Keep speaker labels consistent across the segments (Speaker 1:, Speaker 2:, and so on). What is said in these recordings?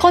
Speaker 1: こ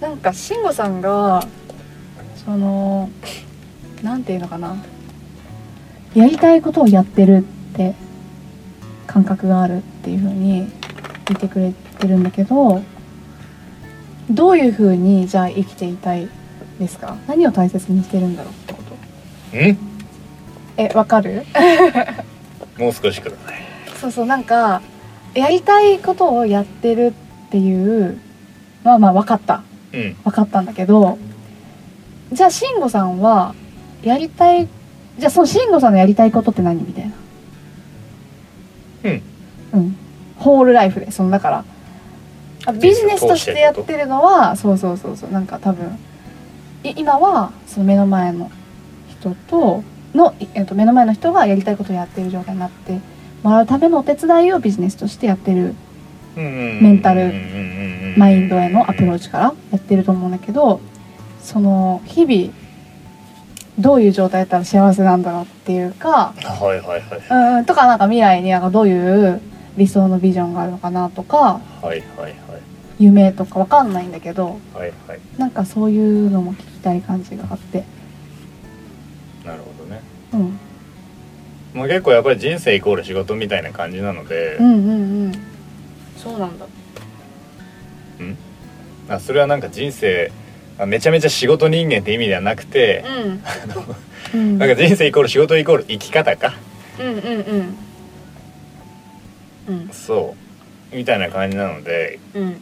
Speaker 2: なんか慎吾さんがそのなんていうのかなやりたいことをやってるって感覚があるっていう風に言ってくれてるんだけどどういう風にじゃあ生きていたいですか何を大切にしてるんだろうってこと
Speaker 3: うん
Speaker 2: えわかる
Speaker 3: もう少しください
Speaker 2: そうそうなんかやりたいことをやってるっていうのはまあわかった
Speaker 3: うん
Speaker 2: 分かったんだけどじゃあ慎吾さんはやりたいじゃあその慎吾さんのやりたいことって何みたいな
Speaker 3: うん
Speaker 2: うんホールライフでそのだからあビジネスとしてやってるのはそうそうそうそうなんか多分い今はその目の前の人との、いえっと、目の前の人がやりたいことをやってる状態になってもらうためのお手伝いをビジネスとしてやってるメ
Speaker 3: メ
Speaker 2: ンタルマインドへのアプロー
Speaker 3: チ
Speaker 2: チからやってると思うんだけどその日々どういう状態だったら幸せなんだろうっていうか
Speaker 3: はいはいはいう
Speaker 2: ーんとかなんか未来になんかどういう理想のビジョンがあるのかなとか
Speaker 3: はいはいはい
Speaker 2: 夢とかわかんないんだけど
Speaker 3: はいはい
Speaker 2: なんかそういうのも聞きたい感じがあって
Speaker 3: なるほどね
Speaker 2: うん
Speaker 3: まあ結構やっぱり人生イコール仕事みたいな感じなので
Speaker 2: うんうんうんそうなんだ
Speaker 3: あそれはなんか人生あめちゃめちゃ仕事人間って意味ではなくて
Speaker 2: うん
Speaker 3: なんか人生イコール仕事イコール生き方か
Speaker 2: うんうんうんうん
Speaker 3: そうみたいな感じなので
Speaker 2: うん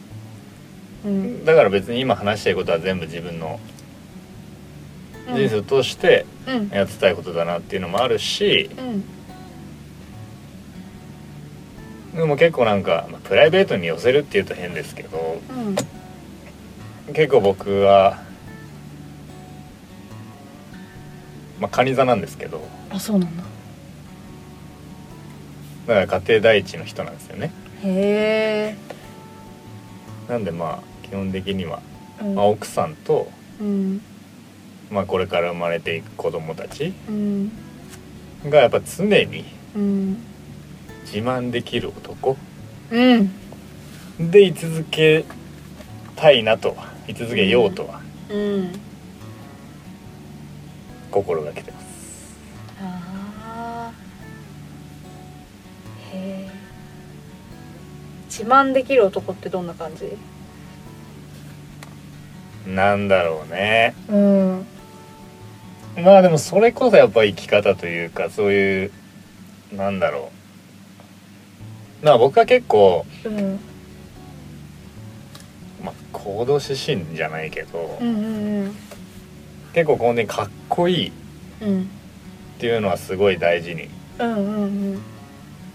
Speaker 2: うん
Speaker 3: だから別に今話していることは全部自分の人生を通して
Speaker 2: うん
Speaker 3: やってたいことだなっていうのもあるし
Speaker 2: うん
Speaker 3: でも結構なんかまあプライベートに寄せるっていうと変ですけど
Speaker 2: うん
Speaker 3: 結構僕はまあカニ座なんですけど
Speaker 2: あそうなんだ
Speaker 3: だから家庭第一の人なんですよね
Speaker 2: へえ、
Speaker 3: なんでまあ基本的には、
Speaker 2: うん
Speaker 3: まあ、奥さんと、
Speaker 2: うん
Speaker 3: まあ、これから生まれていく子供たち
Speaker 2: うん
Speaker 3: がやっぱ常に
Speaker 2: うん
Speaker 3: 自慢できる男
Speaker 2: うん
Speaker 3: で居続けたいなと居続けようとは
Speaker 2: うん
Speaker 3: 心がけてます、
Speaker 2: あーへえ自慢できる男ってどんな感じ
Speaker 3: なんだろうね
Speaker 2: うん
Speaker 3: まあでもそれこそやっぱ生き方というかそういうなんだろうまあ僕は結構、
Speaker 2: うん
Speaker 3: まあ、行動指針じゃないけど、
Speaker 2: うんうん
Speaker 3: 結構本当にかっこいいっ
Speaker 2: うん
Speaker 3: ていうのはすごい大事に
Speaker 2: うんうんうん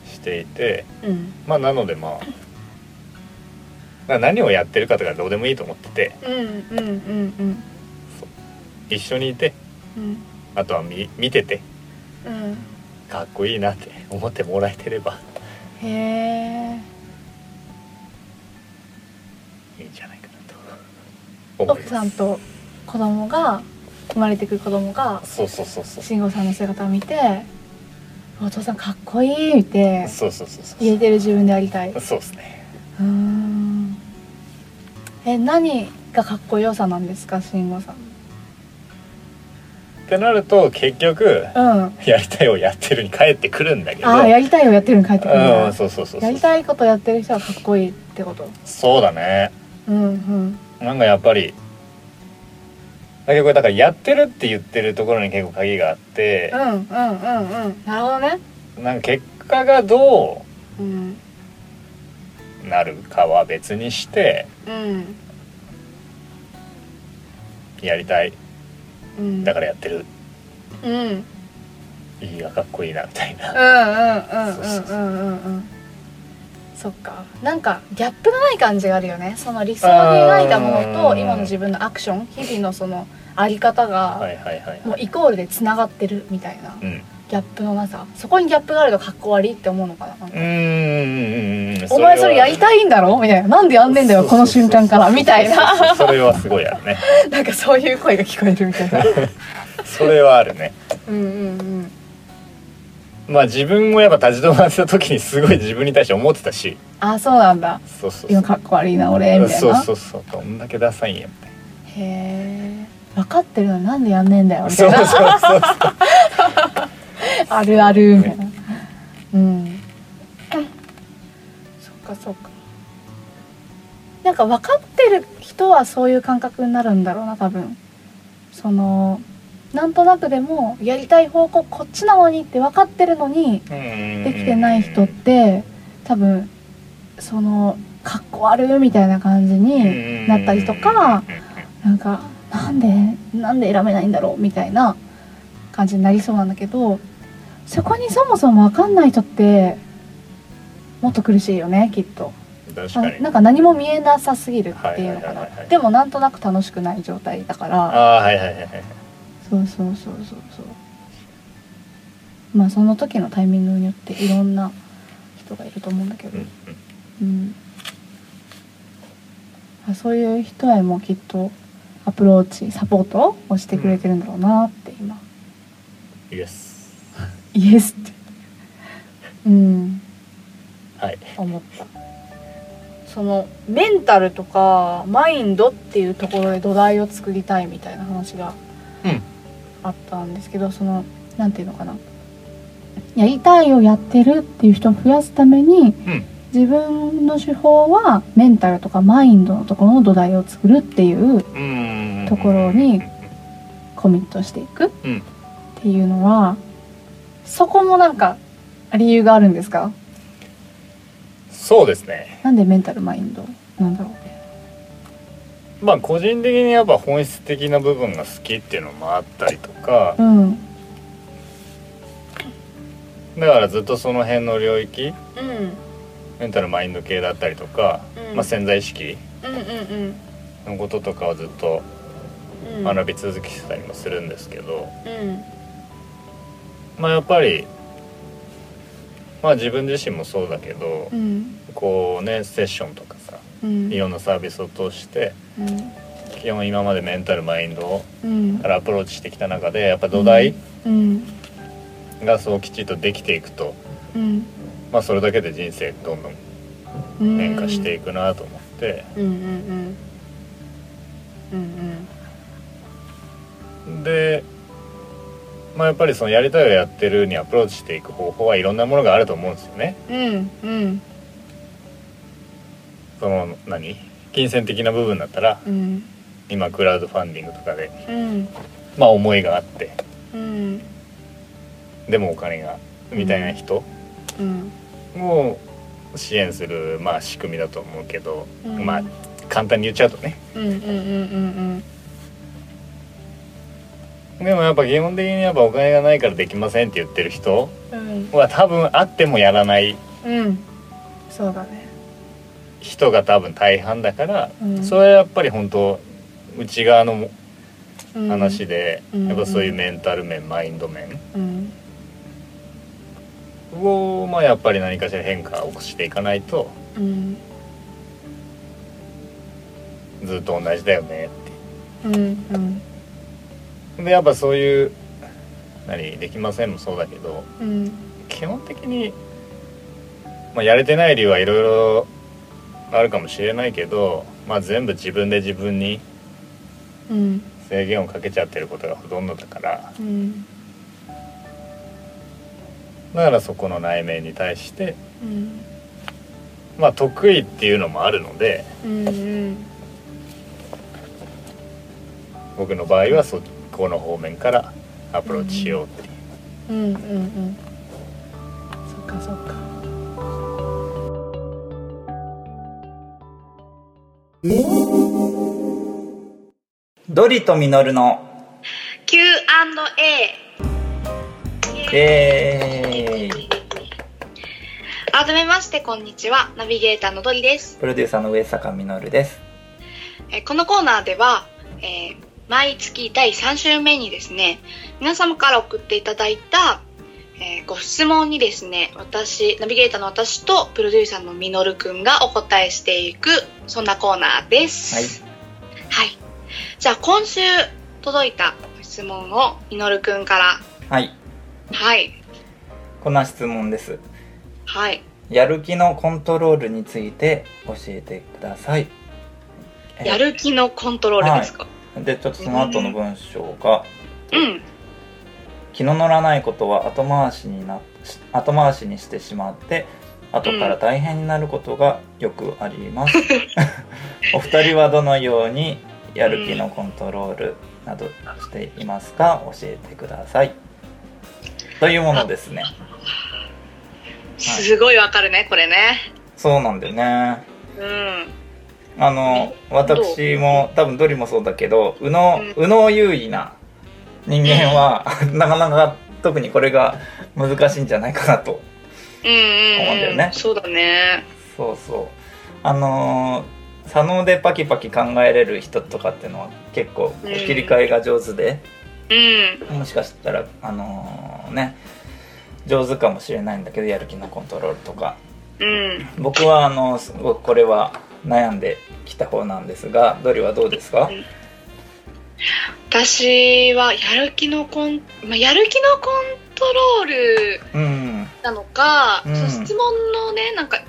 Speaker 3: していて
Speaker 2: うん
Speaker 3: まあなのでまあまあ何をやってるかとかどうでもいいと思ってて
Speaker 2: うんうんうんうんうん
Speaker 3: 一緒にいて
Speaker 2: うん
Speaker 3: あとは見見てて
Speaker 2: うん
Speaker 3: かっこいいなって思ってもらえてれば
Speaker 2: へえ
Speaker 3: いいんじゃないかなと思い
Speaker 2: 奥
Speaker 3: ます
Speaker 2: さんと子供が生まれてくる子供が
Speaker 3: そうそうそうそう
Speaker 2: 慎吾さんの姿を見て「お父さんかっこいい」って
Speaker 3: そうそうそうそう
Speaker 2: 言えてる自分でありたい
Speaker 3: そうですね
Speaker 2: うーんえ何がかっこよさなんですか慎吾さん
Speaker 3: ってなると結局
Speaker 2: うん
Speaker 3: やりたいをやってるに帰ってくるんだけど
Speaker 2: ああやりたいをやってるに帰ってくるんだ
Speaker 3: うんそうそうそうそう
Speaker 2: やりたいことやってる人はかっこいいってこと
Speaker 3: そうだね
Speaker 2: うんうん
Speaker 3: なんかやっぱり結構だからやってるって言ってるところに結構鍵があって
Speaker 2: うんうんうんうんなるほどね
Speaker 3: なんか結果がど
Speaker 2: うん
Speaker 3: うなるかは別にして
Speaker 2: うん
Speaker 3: やりたい
Speaker 2: うん
Speaker 3: だかららやってる
Speaker 2: うんうんうん
Speaker 3: いいがかっこいいなみたいな
Speaker 2: うんうんうんうんうんそっかなんかギャップがない感じがあるよねその理想に描いたもの
Speaker 3: あ
Speaker 2: と
Speaker 3: ー
Speaker 2: 今の自分のアクション日々のそのあり方
Speaker 3: は
Speaker 2: が
Speaker 3: いはいはい
Speaker 2: も
Speaker 3: は
Speaker 2: う
Speaker 3: い
Speaker 2: イコールでつながってるみたいな
Speaker 3: うん
Speaker 2: ギャップのなさそこにギャップがあるとかっこ悪いって思うのかななん
Speaker 3: う
Speaker 2: か
Speaker 3: ーんうんうん
Speaker 2: お前それやりたいんだろみたいななんでやんねんだよこの瞬間からみたいな
Speaker 3: なそれはすごいあるね
Speaker 2: なんかそういう声が聞こえるみたいな
Speaker 3: それはあるね
Speaker 2: うんうんうん
Speaker 3: まあ自分もやっぱ立ち止まってた時にすごい自分に対して思ってたし
Speaker 2: あそうなんだ
Speaker 3: そうそうそ
Speaker 2: 今
Speaker 3: う
Speaker 2: かっこ悪いな俺みたいな
Speaker 3: そうそうそうどんだけダサいんやみたい
Speaker 2: へえ分かってるのになんでやんねえんだよ
Speaker 3: な
Speaker 2: みた
Speaker 3: そ
Speaker 2: いう
Speaker 3: そ
Speaker 2: な
Speaker 3: うそう
Speaker 2: あるあるみたいな。うん。そっかそっか。なんか分かってる人はそういう感覚になるんだろうな多分。そのなんとなくでもやりたい方向こっちなのにって分かってるのにで
Speaker 3: で
Speaker 2: きてない人って多分そのかっこ悪いみたいな感じになったりとかなんかなんでなんで選べないんだろうみたいな感じになりそうなんだけどそこにそもそも分かんない人ってもっと苦しいよねきっと
Speaker 3: 確
Speaker 2: あ
Speaker 3: かに
Speaker 2: なんか何も見えなさすぎるっていうのか
Speaker 3: はいはいは
Speaker 2: ない
Speaker 3: はいはい
Speaker 2: でもなんとなく楽しくない状態だから
Speaker 3: ああーはいはいはいはい
Speaker 2: そうそうそうそうそうまあその時のタイミングによっていろんな人がいると思うんだけ
Speaker 3: う
Speaker 2: ど
Speaker 3: んうん
Speaker 2: うん、あそういう人へもきっとアプローチサポートをしてくれてるんだろうなって今、
Speaker 3: イエス
Speaker 2: イエスってうん
Speaker 3: はい
Speaker 2: 思ったそのメンタルとかマインドっていうところで土台を作りたいみたいな話が
Speaker 3: うん
Speaker 2: あったんですけど、そのなんていうのかなやりたいをやってるっていう人を増やすために
Speaker 3: うん
Speaker 2: 自分の手法はメンタルとかマインドのところの土台を作るっていう
Speaker 3: うーん
Speaker 2: ところにコミットしていくっ
Speaker 3: うん
Speaker 2: ていうのは、そこもなんか理由があるんですか
Speaker 3: そうですね
Speaker 2: なんでメンタルマインドなんだろう
Speaker 3: まあ個人的にやっぱ本質的な部分が好きっていうのもあったりとか
Speaker 2: うん
Speaker 3: だからずっとその辺の領域
Speaker 1: うん
Speaker 3: メンタルマインド系だったりとか、
Speaker 1: うん
Speaker 3: まあ、潜在意識
Speaker 1: うんうん
Speaker 3: のこととかはずっと
Speaker 1: うん
Speaker 3: 学び続けてたりもするんですけど、
Speaker 1: うん
Speaker 3: まあやっぱりまあ自分自身もそうだけど、
Speaker 2: うん
Speaker 3: こうねセッションとかさ
Speaker 2: うん
Speaker 3: いろんなサービスを通して
Speaker 2: うん
Speaker 3: 基本今までメンタルマインド
Speaker 2: うん
Speaker 3: からアプローチしてきた中でやっぱ土台
Speaker 2: うん
Speaker 3: がそうきちっとできていくと、
Speaker 2: うん
Speaker 3: まあそれだけで人生どんどん
Speaker 2: うん
Speaker 3: 変化していくなと思って、
Speaker 1: うんうんうん
Speaker 3: でまあやっぱりそのやりたいをやってるにアプローチしていく方法はいろんなものがあると思うんですよね。
Speaker 1: うんうん
Speaker 3: その何金銭的な部分だったら
Speaker 1: うん
Speaker 3: 今クラウドファンディングとかで
Speaker 1: うん
Speaker 3: まあ思いがあって
Speaker 1: うん
Speaker 3: でもお金がみたいな人
Speaker 1: うん
Speaker 3: を支援するまあ仕組みだと思うけど、
Speaker 1: うん
Speaker 3: まあ簡単に言っちゃうとね
Speaker 1: うんうんうん
Speaker 3: でもやっぱ基本的にやっぱお金がないからできませんって言ってる人
Speaker 1: うん
Speaker 3: は多分あってもやらない
Speaker 1: うん
Speaker 2: そうだね
Speaker 3: 人が多分大半だから、
Speaker 2: うん
Speaker 3: それはやっぱり本当内側のも
Speaker 1: うん
Speaker 3: 話で、
Speaker 1: うん
Speaker 3: やっぱそういうメンタル面マインド面
Speaker 1: うん
Speaker 3: をまあやっぱり何かしら変化を起こしていかないと
Speaker 1: うん
Speaker 3: ずっと同じだよねって
Speaker 1: うんうん
Speaker 3: でやっぱそういう何できませんもそうだけど
Speaker 1: うん
Speaker 3: 基本的に、まあ、やれてない理由はいろいろあるかもしれないけど、まあ、全部自分で自分に
Speaker 1: うん
Speaker 3: 制限をかけちゃってることがほとんどだから
Speaker 1: うん
Speaker 3: だからそこの内面に対して、
Speaker 1: うん
Speaker 3: まあ、得意っていうのもあるので
Speaker 1: うん
Speaker 3: 僕の場合はそこの方面からアプローチしようっていう。
Speaker 1: うんうん
Speaker 2: そっかそっか
Speaker 4: ドリとミノルの
Speaker 5: Q&A
Speaker 4: イエーイ
Speaker 1: 改めましてこんにちはナビゲーターのドリです
Speaker 4: プロデューサーの上坂実です
Speaker 1: えーこのコーナーでは、えー毎月第3週目にですね皆様から送っていただいた、えーご質問にですね私ナビゲーターの私とプロデューサーのみのるくんがお答えしていくそんなコーナーですはい、じゃあ今週届いたご質問をみのるくんか
Speaker 4: はい
Speaker 1: らはい
Speaker 4: こんな質問です
Speaker 1: はい
Speaker 4: やる気のコントロールについて教えてくださいえ
Speaker 1: やる気のコントロールですか、
Speaker 4: でちょっとその後の文章が
Speaker 1: うん
Speaker 4: 気の乗らないことは後回しになし後回しにしてしまって後から大変になることがよくあります、お二人はどのようにやる気のコントロールなどしていますか教えてくださいというものですね
Speaker 1: すごいわかるねこれね
Speaker 4: そうなんだよね
Speaker 1: うん
Speaker 4: あの私も多分どれもそうだけど右脳
Speaker 1: うん
Speaker 4: 右脳優位な人間は なかなか特にこれが難しいんじゃないかなと
Speaker 1: うんうん、
Speaker 4: 思うんだよね
Speaker 1: そうだね
Speaker 4: そうそうあのー左脳でパキパキ考えれる人とかっていうのは結構こう
Speaker 1: うん
Speaker 4: 切り替えが上手で、
Speaker 1: うん
Speaker 4: もしかしたらあのーね上手かもしれないんだけどやる気のコントロールとか
Speaker 1: うん
Speaker 4: 僕はあのすごくこれは悩んできた方なんですがドリはどうですか
Speaker 1: うん私はやる気のコン、まあ、やる気のコントロール
Speaker 4: うん
Speaker 1: なのか、
Speaker 4: うん
Speaker 1: その質問のねなんか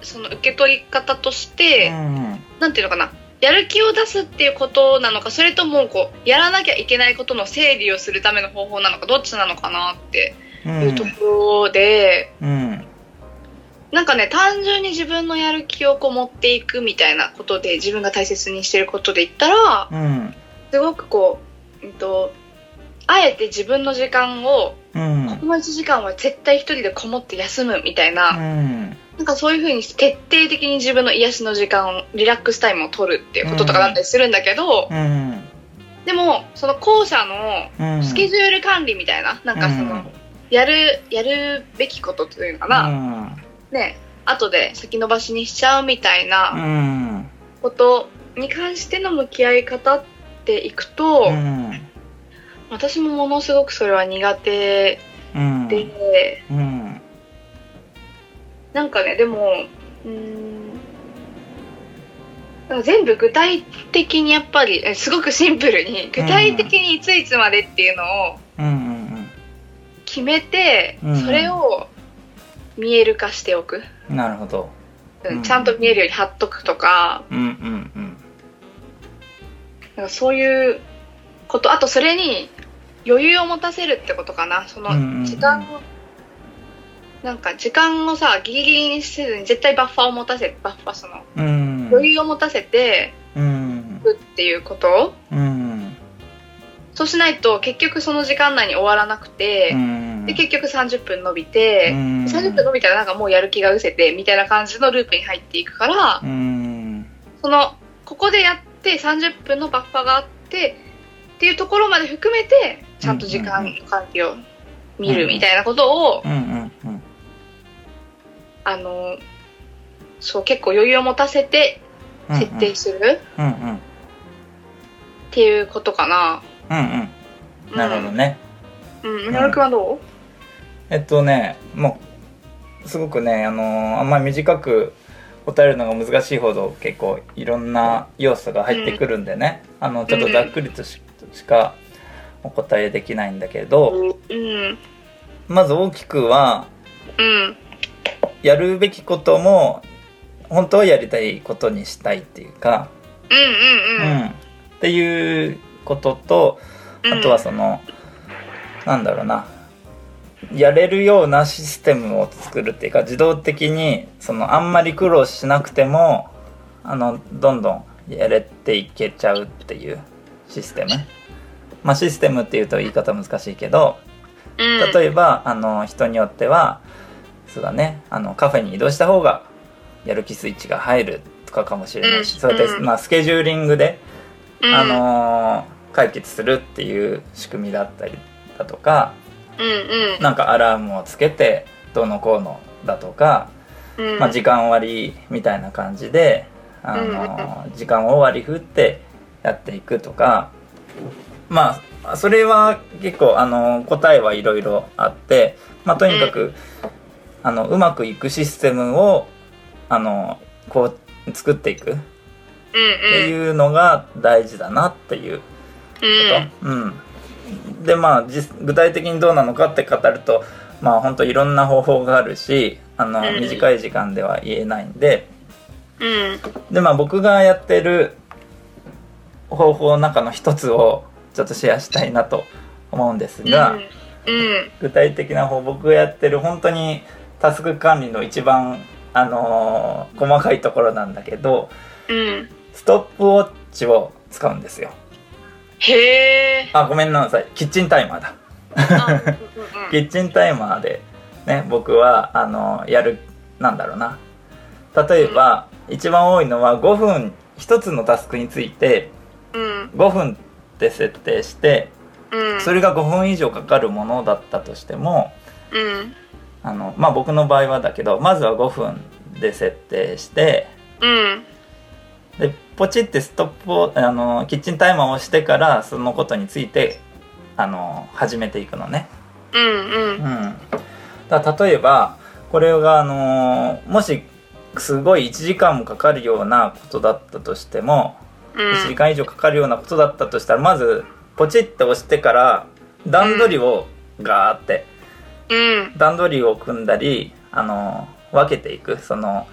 Speaker 1: その受け取り方とし
Speaker 4: う
Speaker 1: て、
Speaker 4: ん
Speaker 1: なんていうのかなやる気を出すっていうことなのかそれともこうやらなきゃいけないことの整理をするための方法なのかどっちなのかなって
Speaker 4: う
Speaker 1: いうと
Speaker 4: ん
Speaker 1: ころで、
Speaker 4: うん
Speaker 1: なんかね単純に自分のやる気をこう持っていくみたいなことで自分が大切にしてることで言ったら
Speaker 4: うん
Speaker 1: すごくこう、うんと、あえて自分の時間を
Speaker 4: うん
Speaker 1: この1時間は絶対一人でこもって休むみたいな、
Speaker 4: うん
Speaker 1: なんかそういう風に徹底的に自分の癒しの時間をリラックスタイムを取るっていうこととかだったりするんだけど、
Speaker 4: うん
Speaker 1: でもその後者の
Speaker 4: うん
Speaker 1: スケジュール管理みたいな、なんかその、
Speaker 4: うん
Speaker 1: やるやるべきことというのか
Speaker 4: う
Speaker 1: な、
Speaker 4: ん
Speaker 1: ね後で先延ばしにしちゃうみたいな
Speaker 4: うん
Speaker 1: ことに関しての向き合い方っていくと、
Speaker 4: うん
Speaker 1: 私もものすごくそれは苦手
Speaker 4: うん
Speaker 1: で、
Speaker 4: うん
Speaker 1: なんかねでもうーんなんか全部具体的にやっぱりえすごくシンプルに具体的にいついつまでっていうのを
Speaker 4: うんうん
Speaker 1: 決めて、
Speaker 4: うん
Speaker 1: それを見える化しておく、
Speaker 4: うんなるほど
Speaker 1: うん
Speaker 4: うん
Speaker 1: ちゃんと見えるように貼っとくとか
Speaker 4: うんうんうん
Speaker 1: なんかそういうことあとそれに余裕を持たせるってことかなその
Speaker 4: うんうんうん
Speaker 1: 時間を、なんか時間をさギリギリにせずに絶対バッファーを持たせバッファーその
Speaker 4: うん
Speaker 1: 余裕を持たせて
Speaker 4: うん
Speaker 1: いくっていうこと
Speaker 4: うん
Speaker 1: そうしないと結局その時間内に終わらなく
Speaker 4: う
Speaker 1: て、
Speaker 4: ん
Speaker 1: で結局30分伸びて、
Speaker 4: うん
Speaker 1: 30分伸びたらなんかもうやる気が失せてみたいな感じのループに入っていくから、
Speaker 4: うん
Speaker 1: そのここでやって30分のバッファがあってっていうところまで含めてちゃんと時間の管理を見るみたいなことを、
Speaker 4: うんうんうん
Speaker 1: あのそう結構余裕を持たせて設定する
Speaker 4: うんうん
Speaker 1: っていうことかな。
Speaker 4: うんうんなるほどね
Speaker 1: うん、うん、みのるくんはどう、
Speaker 4: えっとねもうすごくねあのーあんまり短く答えるのが難しいほど結構いろんな要素が入ってくるんでね、あのちょっとざっくりとし,、かお答えできないんだけど
Speaker 1: うん、
Speaker 4: まず大きくは
Speaker 1: うん、
Speaker 4: やるべきことも本当はやりたいことにしたいっていうか、
Speaker 1: うん
Speaker 4: う
Speaker 1: うんうん
Speaker 4: んっていうことと
Speaker 1: うん
Speaker 4: あとはその、なんだろうなやれるようなシステムを作るっていうか自動的にそのあんまり苦労しなくてもあのどんどんやれていけちゃうっていうシステム。まあ、システムっていうと言い方難しいけど
Speaker 1: うん
Speaker 4: 例えばあの人によってはそうだねあのカフェに移動した方がやる気スイッチが入るとかかもしれないし、
Speaker 1: うん
Speaker 4: そうやって、
Speaker 1: うん
Speaker 4: まあ、スケジューリングで
Speaker 1: うん
Speaker 4: あのー解決するっていう仕組みだったりだとか
Speaker 1: うんうん
Speaker 4: なんかアラームをつけてどうのこうのだとか
Speaker 1: うん
Speaker 4: まあ、時間割りみたいな感じであの、時間を割り振ってやっていくとかまあそれは結構あの答えはいろいろあって、まあ、とにかく、あのうまくいくシステムをあのこう作っていくっ
Speaker 1: うん
Speaker 4: ていうのが大事だなっていう
Speaker 1: う
Speaker 4: こ
Speaker 1: ん
Speaker 4: と、うん、でまあ実具体的にどうなのかって語るとまあ本当いろんな方法があるしあの
Speaker 1: うん
Speaker 4: 短い時間では言えないんで
Speaker 1: うん
Speaker 4: でまあ僕がやってる方法の中の一つをちょっとシェアしたいなと思うんですが、
Speaker 1: うん
Speaker 4: 具体的な方僕がやってる本当にタスク管理の一番あのー細かいところなんだけど
Speaker 1: うん
Speaker 4: ストップウォッチを使うんですよ
Speaker 1: へえ
Speaker 4: あごめんなさいキッチンタイマーだキッチンタイマーで、ね、僕はあのやるなんだろうな例えば一番多いのは5分1つのタスクについて
Speaker 1: うん
Speaker 4: 5分って設定して
Speaker 1: うん
Speaker 4: それが5分以上かかるものだったとしても
Speaker 1: うん
Speaker 4: あの、まあ、僕の場合はだけどまずは5分で設定して
Speaker 1: うん
Speaker 4: でポチってストップをあのキッチンタイマーを押してからそのことについてあの始めていくのね。
Speaker 1: うんうん
Speaker 4: うん、だから例えばこれが、あのーもしすごい1時間もかかるようなことだったとしても、
Speaker 1: うん
Speaker 4: 1時間以上かかるようなことだったとしたらまずポチッと押してから段取りをガーって
Speaker 1: うん
Speaker 4: 段取りを組んだり、あのー分けていくその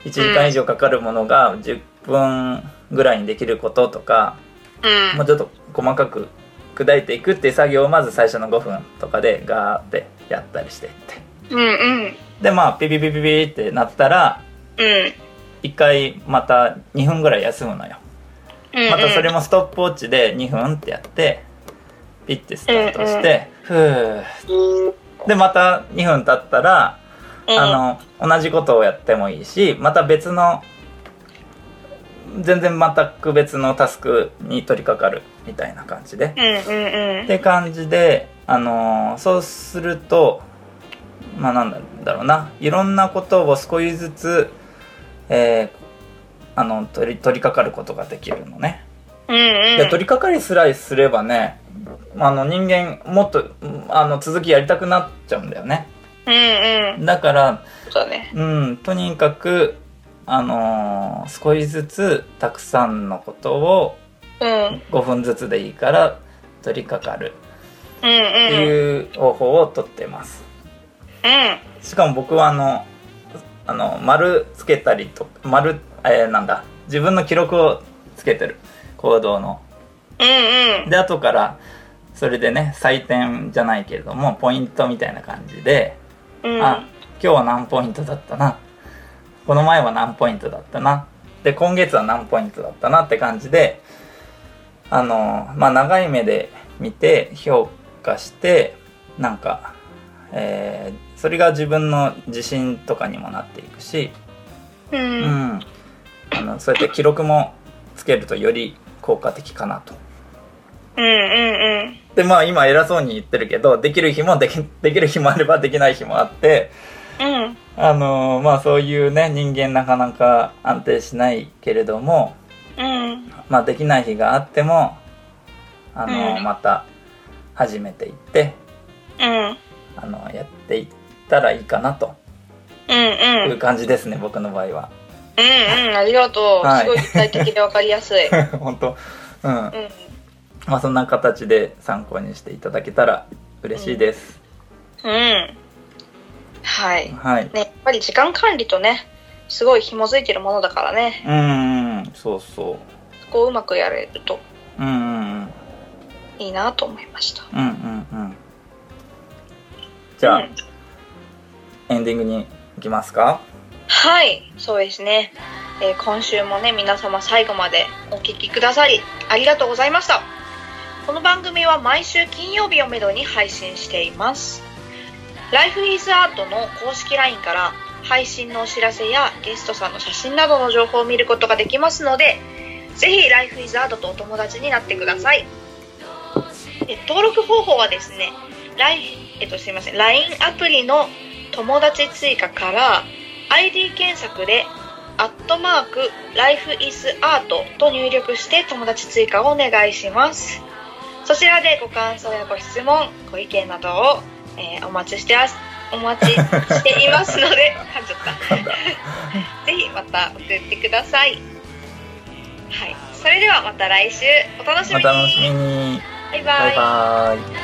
Speaker 4: 1時間以上かかるものが10分ぐらいにできることとか、
Speaker 1: うん
Speaker 4: もうちょっと細かく砕いていくっていう作業をまず最初の5分とかでガーってやったりしていって。
Speaker 1: うんうん
Speaker 4: でまあピピピピピってなったら
Speaker 1: うん
Speaker 4: 一回また2分ぐらい休むのよ
Speaker 1: うん
Speaker 4: またそれもストップウォッチで2分ってやってピッてスタートして、ふーでまた2分経ったら、あの同じことをやってもいいしまた別の全然全く別のタスクに取り掛かるみたいな感じで
Speaker 1: うんうんうん
Speaker 4: って感じで、あのーそうするとまあなんだろうないろんなことを少しずつ、えーあの取り取り掛かることができるのね。
Speaker 1: うんう
Speaker 4: で
Speaker 1: ん
Speaker 4: 取り掛かりすらすればねあの人間もっとうんあの続きやりたくなっちゃうんだよね。
Speaker 1: うんうん
Speaker 4: だから、
Speaker 1: そうだね
Speaker 4: うん、とにかく、あのー少しずつたくさんのことを
Speaker 1: うん
Speaker 4: 5分ずつでいいから取り掛かる
Speaker 1: うん
Speaker 4: って
Speaker 1: うん
Speaker 4: いう方法をとってます。
Speaker 1: うん
Speaker 4: しかも僕はあのあの丸つけたりと丸えーなんだ自分の記録をつけてる行動の
Speaker 1: うんう ん
Speaker 4: で後からそれでね採点じゃないけれどもポイントみたいな感じで、
Speaker 1: うん
Speaker 4: あ今日は何ポイントだったなこの前は何ポイントだったなで今月は何ポイントだったなって感じであのまあ長い目で見て評価してなんか、えーそれが自分の自信とかにもなっていくし、
Speaker 1: う
Speaker 4: うんん、あのそうやって記録もつけるとより効果的かなと。
Speaker 1: うんうんうん
Speaker 4: でまあ今偉そうに言ってるけどできる日もでき できる日もあればできない日もあって
Speaker 1: うん
Speaker 4: あのーまあそういうね人間なかなか安定しないけれども、
Speaker 1: うん
Speaker 4: まあ、できない日があってもあのー
Speaker 1: うん
Speaker 4: また始めていって
Speaker 1: うん
Speaker 4: あのやっていったらいいかなと
Speaker 1: うんうん
Speaker 4: いう感じですね、僕の場合は
Speaker 1: うんうん、ありがとう。
Speaker 4: はい
Speaker 1: すごい具体的でわかりやすい。
Speaker 4: 本当うん
Speaker 1: う
Speaker 4: ま
Speaker 1: ん、
Speaker 4: あそんな形で参考にしていただけたら嬉しいです、
Speaker 1: うん。はい。ね、
Speaker 4: はい
Speaker 1: やっぱり時間管理とね、すごい紐づいてるものだからね、
Speaker 4: うんうんそうそ
Speaker 1: そこをうまくやれると
Speaker 4: ううんうんうん
Speaker 1: いいなと思いました。
Speaker 4: うんうんうんじゃあ、
Speaker 1: うん
Speaker 4: エンディングに行きますか
Speaker 1: はい、そうですね。えー今週もね、皆様最後までお聞きくださり、ありがとうございました。この番組は毎週金曜日をめどに配信しています。Life is Art の公式 LINE から配信のお知らせやゲストさんの写真などの情報を見ることができますので、ぜひ Life is Art とお友達になってください。で登録方法はですね、ライえっと、すいません、LINE アプリの友達追加から ID 検索で「アットマーク #lifeisart」と入力して友達追加をお願いしますそちらでご感想やご質問ご意見などを、えーお待ちしてますお待ちしていますの で噛んじゃった
Speaker 4: 噛んだ
Speaker 1: ぜひまた送ってください。はい、それではまた来週お楽しみ
Speaker 4: お
Speaker 1: に。
Speaker 4: 楽しみに
Speaker 1: バイバイ。
Speaker 4: バイバイ